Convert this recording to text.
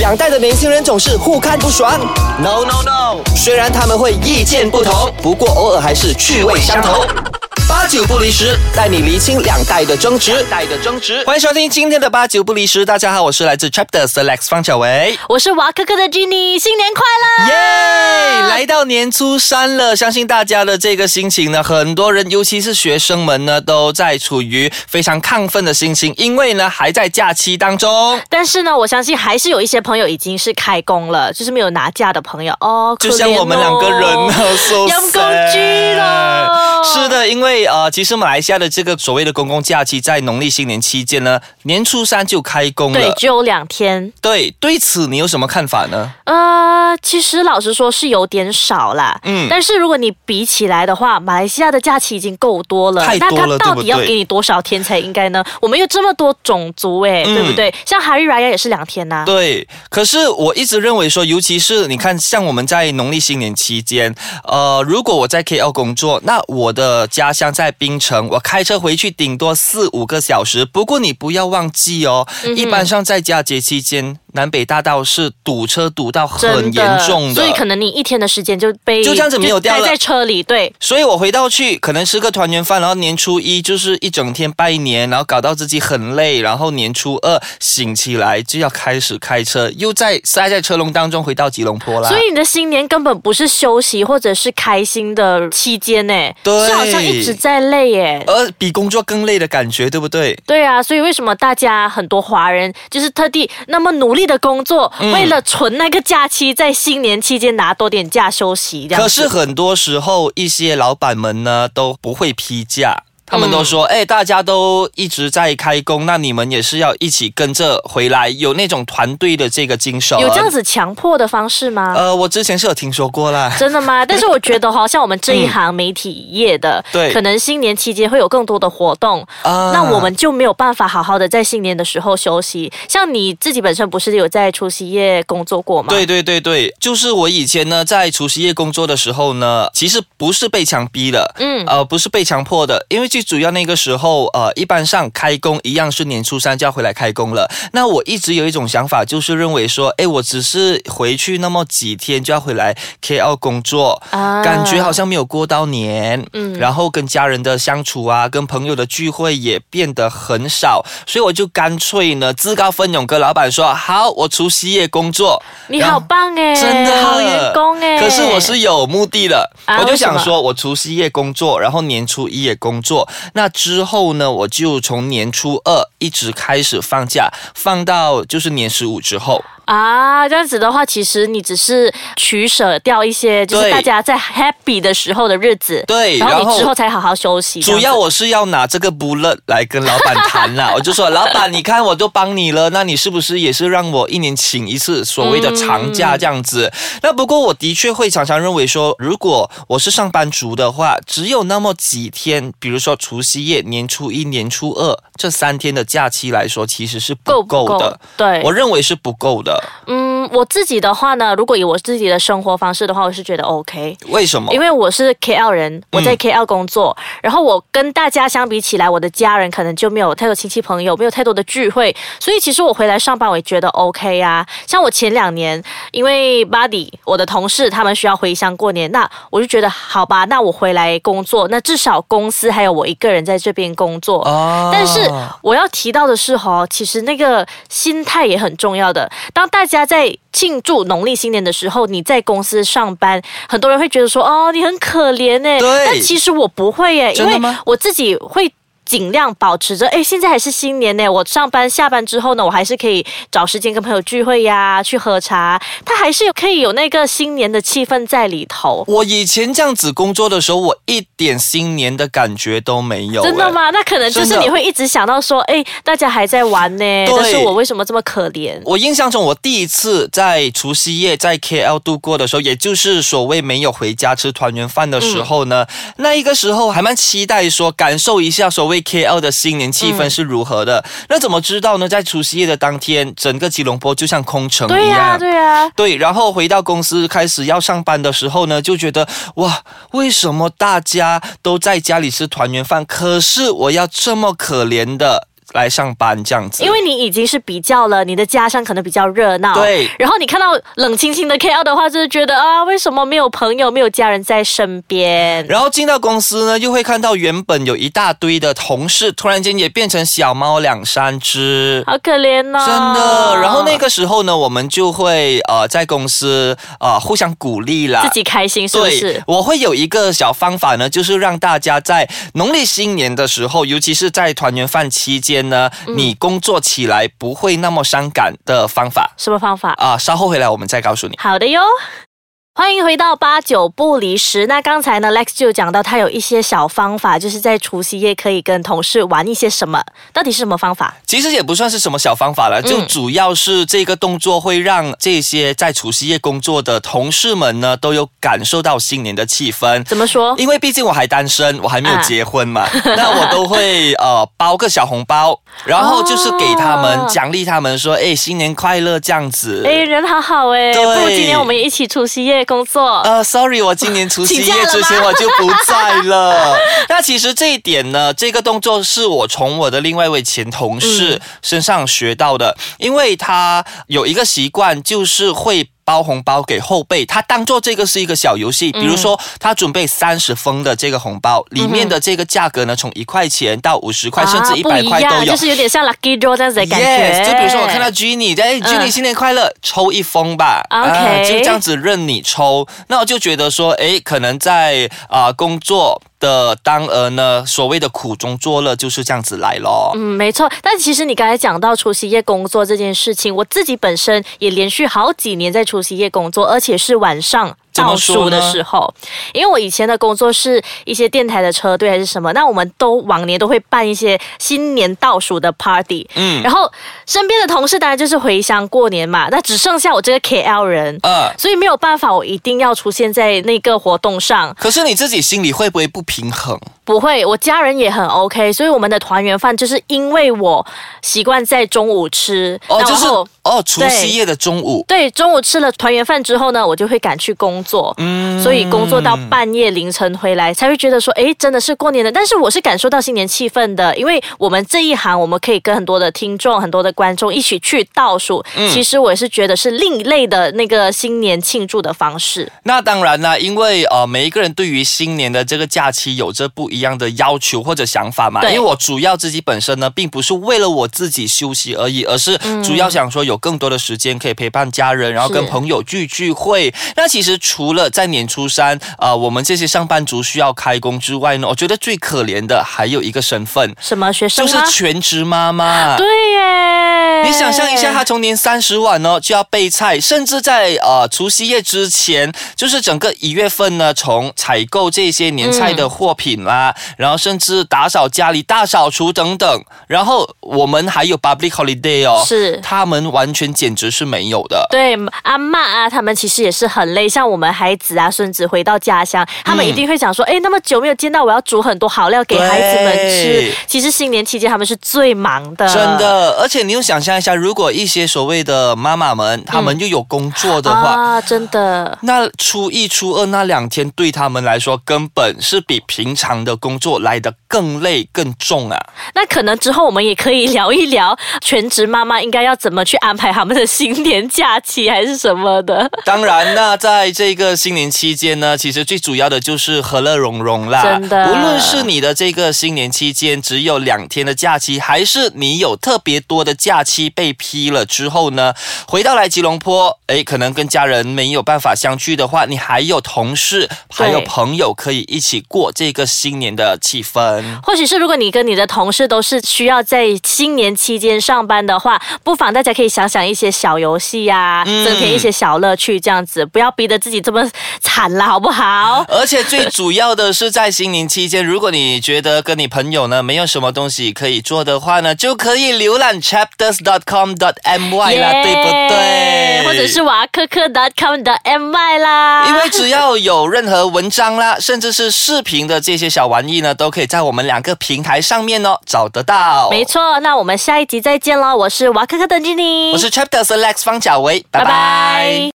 两代的年轻人总是互看不爽。No No No，虽然他们会意见不同，不过偶尔还是趣味相投。八九不离十，带你厘清两代的争执。代的争执，欢迎收听今天的八九不离十。大家好，我是来自 Chapter Select 方小维。我是娃哥哥的 Jenny，新年快乐！耶来到年初三了，相信大家的这个心情呢，很多人，尤其是学生们呢，都在处于非常亢奋的心情，因为呢还在假期当中。但是呢，我相信还是有一些朋友已经是开工了，就是没有拿假的朋友哦，就像我们两个人啊呢，受阳光哦居咯是的，因为呃，其实马来西亚的这个所谓的公共假期，在农历新年期间呢，年初三就开工对，了。只有两天。对，对此你有什么看法呢？呃，其实老实说是有点少啦。嗯但是如果你比起来的话，马来西亚的假期已经够多了，太那多他了到对不底要对给你多少天才应该呢？我们有这么多种族哎、嗯对不对？像哈日来亚也是两天呐、对，可是我一直认为说，尤其是你看，像我们在农历新年期间，呃，如果我在 KL 工作，那我的家乡在槟城，我开车回去顶多四五个小时。不过你不要忘记哦，嗯一般上在佳节期间，南北大道是堵车堵到很真严重的，所以可能你一天的时间就被就这样子没有掉了待在车里，对，所以我回到去可能吃个团圆饭，然后年初一就是一整天拜年，然后搞到自己很累，然后年初二醒起来就要开始开车，又在塞在车龙当中回到吉隆坡啦。所以你的新年根本不是休息或者是开心的期间呢，对是好像一直在累耶。而呃比工作更累的感觉，对不对？对啊，所以为什么大家很多华人就是特地那么努力的工作，嗯为了存那个假期，在新年期间拿多点假休息？这样可子是很多时候，一些老板们呢都不会批假。他们都嗯说，哎、大家都一直在开工，那你们也是要一起跟着回来，有那种团队的这个精神。有这样子强迫的方式吗？啊呃，我之前是有听说过啦。真 的吗？但是我觉得哈，像我们这一行媒体业的，嗯对可能新年期间会有更多的活动，啊那我们就没有办法好好的在新年的时候休息。像你自己本身不是有在除夕夜工作过吗？对对对对，就是我以前呢，在除夕夜工作的时候呢，其实不是被强逼的，嗯呃，不是被强迫的，因为最主要那个时候，呃，一般上开工一样是年初三就要回来开工了。那我一直有一种想法，就是认为说，哎，我只是回去那么几天就要回来 KL 工作，啊感觉好像没有过到年，嗯，然后跟家人的相处啊，跟朋友的聚会也变得很少，所以我就干脆呢自告奋勇跟老板说，好，我除夕夜工作。你然好后棒哎，真的好员工哎。可是我是有目的的，啊我就为什想么说，我除夕夜工作，然后年初一也工作，那之后呢，我就从年初二一直开始放假，放到就是年十五之后。啊，这样子的话，其实你只是取舍掉一些，就是对大家在 happy 的时候的日子，对然然后后你之后才好好休息。主这样要子我是要拿这个 bullet 来跟老板谈 啦，我就说老板，你看我都帮你了，那你是不是也是让我一年请一次所谓的长假这样子？那不过我的确会常常认为说，如果我是上班族的话，只有那么几天，比如说除夕夜、年初一、年初二这三天的假期来说，其实是不够够不够的。？对，我认为是不够的，嗯，我自己的话呢，如果以我自己的生活方式的话，我是觉得 OK。为什么嗯因？为我是 KL 人，我在 KL 工作，然后我跟大家相比起来，我的家人可能就没有太多亲戚朋友，没有太多的聚会，所以其实我回来上班，我也觉得 OK 啊。像我前两年，因为 Buddy 我的同事他们需要回乡过年，那我就觉得好吧，那我回来工作，那至少公司还有我一个人在这边工作。啊但是我要提到的是哈，其实那个心态也很重要的。当大家在庆祝农历新年的时候，你在公司上班，很多人会觉得说哦，你很可怜呢。对但其实我不会耶，因真的为吗我自己会。尽量保持着，哎，现在还是新年呢。我上班下班之后呢，我还是可以找时间跟朋友聚会呀，去喝茶，他还是有可以有那个新年的气氛在里头。我以前这样子工作的时候，我一点新年的感觉都没有、真的哎吗？那可能就真是的你会一直想到说，哎，大家还在玩呢，但是我为什么这么可怜？我印象中，我第一次在除夕夜在 KL 度过的时候，也就是所谓没有回家吃团圆饭的时候呢，嗯那一个时候还蛮期待说感受一下所谓 KL 的新年气氛是如何的。嗯那怎么知道呢？在除夕夜的当天，整个吉隆坡就像空城对一呀、样。对呀、对，然后回到公司开始要上班的时候呢，就觉得哇，为什么大家都在家里吃团圆饭，可是我要这么可怜的来上班这样子。因为你已经是比较了，你的家乡可能比较热闹，对然后你看到冷清清的 KL 的话，就是觉得啊，为什么没有朋友、没有家人在身边？然后进到公司呢，又会看到原本有一大堆的同事，突然间也变成小猫两三只。好可怜哦呐、真的，然后那个时候呢，我们就会呃在公司呃互相鼓励啦自。己开心是不对是，？我会有一个小方法呢，就是让大家在农历新年的时候，尤其是在团圆饭期间呢，嗯你工作起来不会那么伤感的方法什么方法？啊、稍后回来我们再告诉你。好的哟。欢迎回到八九不离十。那刚才呢，Lex 就讲到他有一些小方法，就是在除夕夜可以跟同事玩一些什么，到底是什么方法？其实也不算是什么小方法了，就嗯主要是这个动作会让这些在除夕夜工作的同事们呢，都有感受到新年的气氛。怎么说？因为毕竟我还单身，我还没有结婚嘛，那我都会呃包个小红包，然后就是给他们、哦奖励他们说，哎，新年快乐这样子。哎，人好好哎，不对如今年我们也一起除夕夜工作。呃，sorry，我今年除夕哦 请假夜了之前吗我就不在了。 那其实这一点呢，这个动作是我从我的另外一位前同嗯事身上学到的，因为他有一个习惯，就是会。包红包给后辈，他当做这个是一个小游戏。嗯比如说，他准备三十封的这个红包，里面的这个价格呢，从一块钱到五十块，甚至一嗯啊不百一块样，都有就。是有点像 Lucky Draw 这样子的感觉。 Yes，就比如说我看到 Jenny，哎，Jenny 嗯新年快乐，抽一封吧啊 OK 就这样子任你抽。那我就觉得说，哎，可能在啊、工作的当儿呢，所谓的苦中作乐就是这样子来咯。嗯，没错。但其实你刚才讲到除夕夜工作这件事情，我自己本身也连续好几年在除夕夜工作，而且是晚上。怎么倒说数呢的时候，因为我以前的工作是一些电台的车队还是什么，那我们都往年都会办一些新年倒数的 party，嗯，然后身边的同事当然就是回乡过年嘛，那只剩下我这个 KL 人，呃，所以没有办法，我一定要出现在那个活动上，可是你自己心里会不会不平衡？不会，我家人也很 OK，所以我们的团圆饭就是因为我习惯在中午吃，哦，然就是后哦，除夕夜的中午。对中午吃了团圆饭之后呢，我就会赶去工作，嗯所以工作到半夜凌晨回来才会觉得说，诶，真的是过年了。但是我是感受到新年气氛的，因为我们这一行我们可以跟很多的听众、很多的观众一起去倒数，嗯其实我也是觉得是另类的那个新年庆祝的方式。那当然啦，因为呃，每一个人对于新年的这个假期有着不一样的要求或者想法嘛。因对为我主要自己本身呢，并不是为了我自己休息而已，而是主要想说有更多的时间可以陪伴家人，然后跟朋友聚聚会。那其实除了在年初三，呃，我们这些上班族需要开工之外呢，我觉得最可怜的还有一个身份，什么学生就是吗？全职妈妈。对耶，你想象一下，他从哎年三十晚呢就要备菜，甚至在呃除夕夜之前，就是整个一月份呢，从采购这些年菜的货品啦，然后甚至打扫家里、大扫除等等，然后我们还有 public holiday 哦，是他们完全简直是没有的。对阿嬷啊，他们其实也是很累。像我们孩子啊、孙子回到家乡，他们一定会想说：“哎、那么久没有见到，我要煮很多好料给孩子们吃对。”其实新年期间他们是最忙的，真。的，而且你又想象一下，如果一些所谓的妈妈们，她们又有工作的话，嗯啊，真的，那初一、初二那两天对他们来说，根本是比平常的工作来得更累、更重啊！ 那可能之后我们也可以聊一聊全职妈妈应该要怎么去安排他们的新年假期，还是什么的。当然，那在这个新年期间呢，其实最主要的就是和乐融融啦。真的无论是你的这个新年期间只有两天的假期，还是你有特别多的假期被批了之后呢，回到来吉隆坡，诶，可能跟家人没有办法相聚的话，你还有同事，还有朋友可以一起过这个新年的气氛。或许是如果你跟你的同事都是需要在新年期间上班的话，不妨大家可以想想一些小游戏呀、嗯增添一些小乐趣，这样子不要逼得自己这么惨了，好不好？ 而且最主要的是，在新年期间，如果你觉得跟你朋友呢没有什么东西可以做的话呢，就可以浏览 chapters.com.my 啦，对不对？或者是。瓦克克 .com 的 my 啦，因为哦只要有任何文章啦，甚至是视频的这些小玩意呢，都可以在我们两个平台上面哦找得到。没，错，那我们下一集再见喽！我是瓦克克的 Jenny，我是 Chapters Alex 方小维，拜拜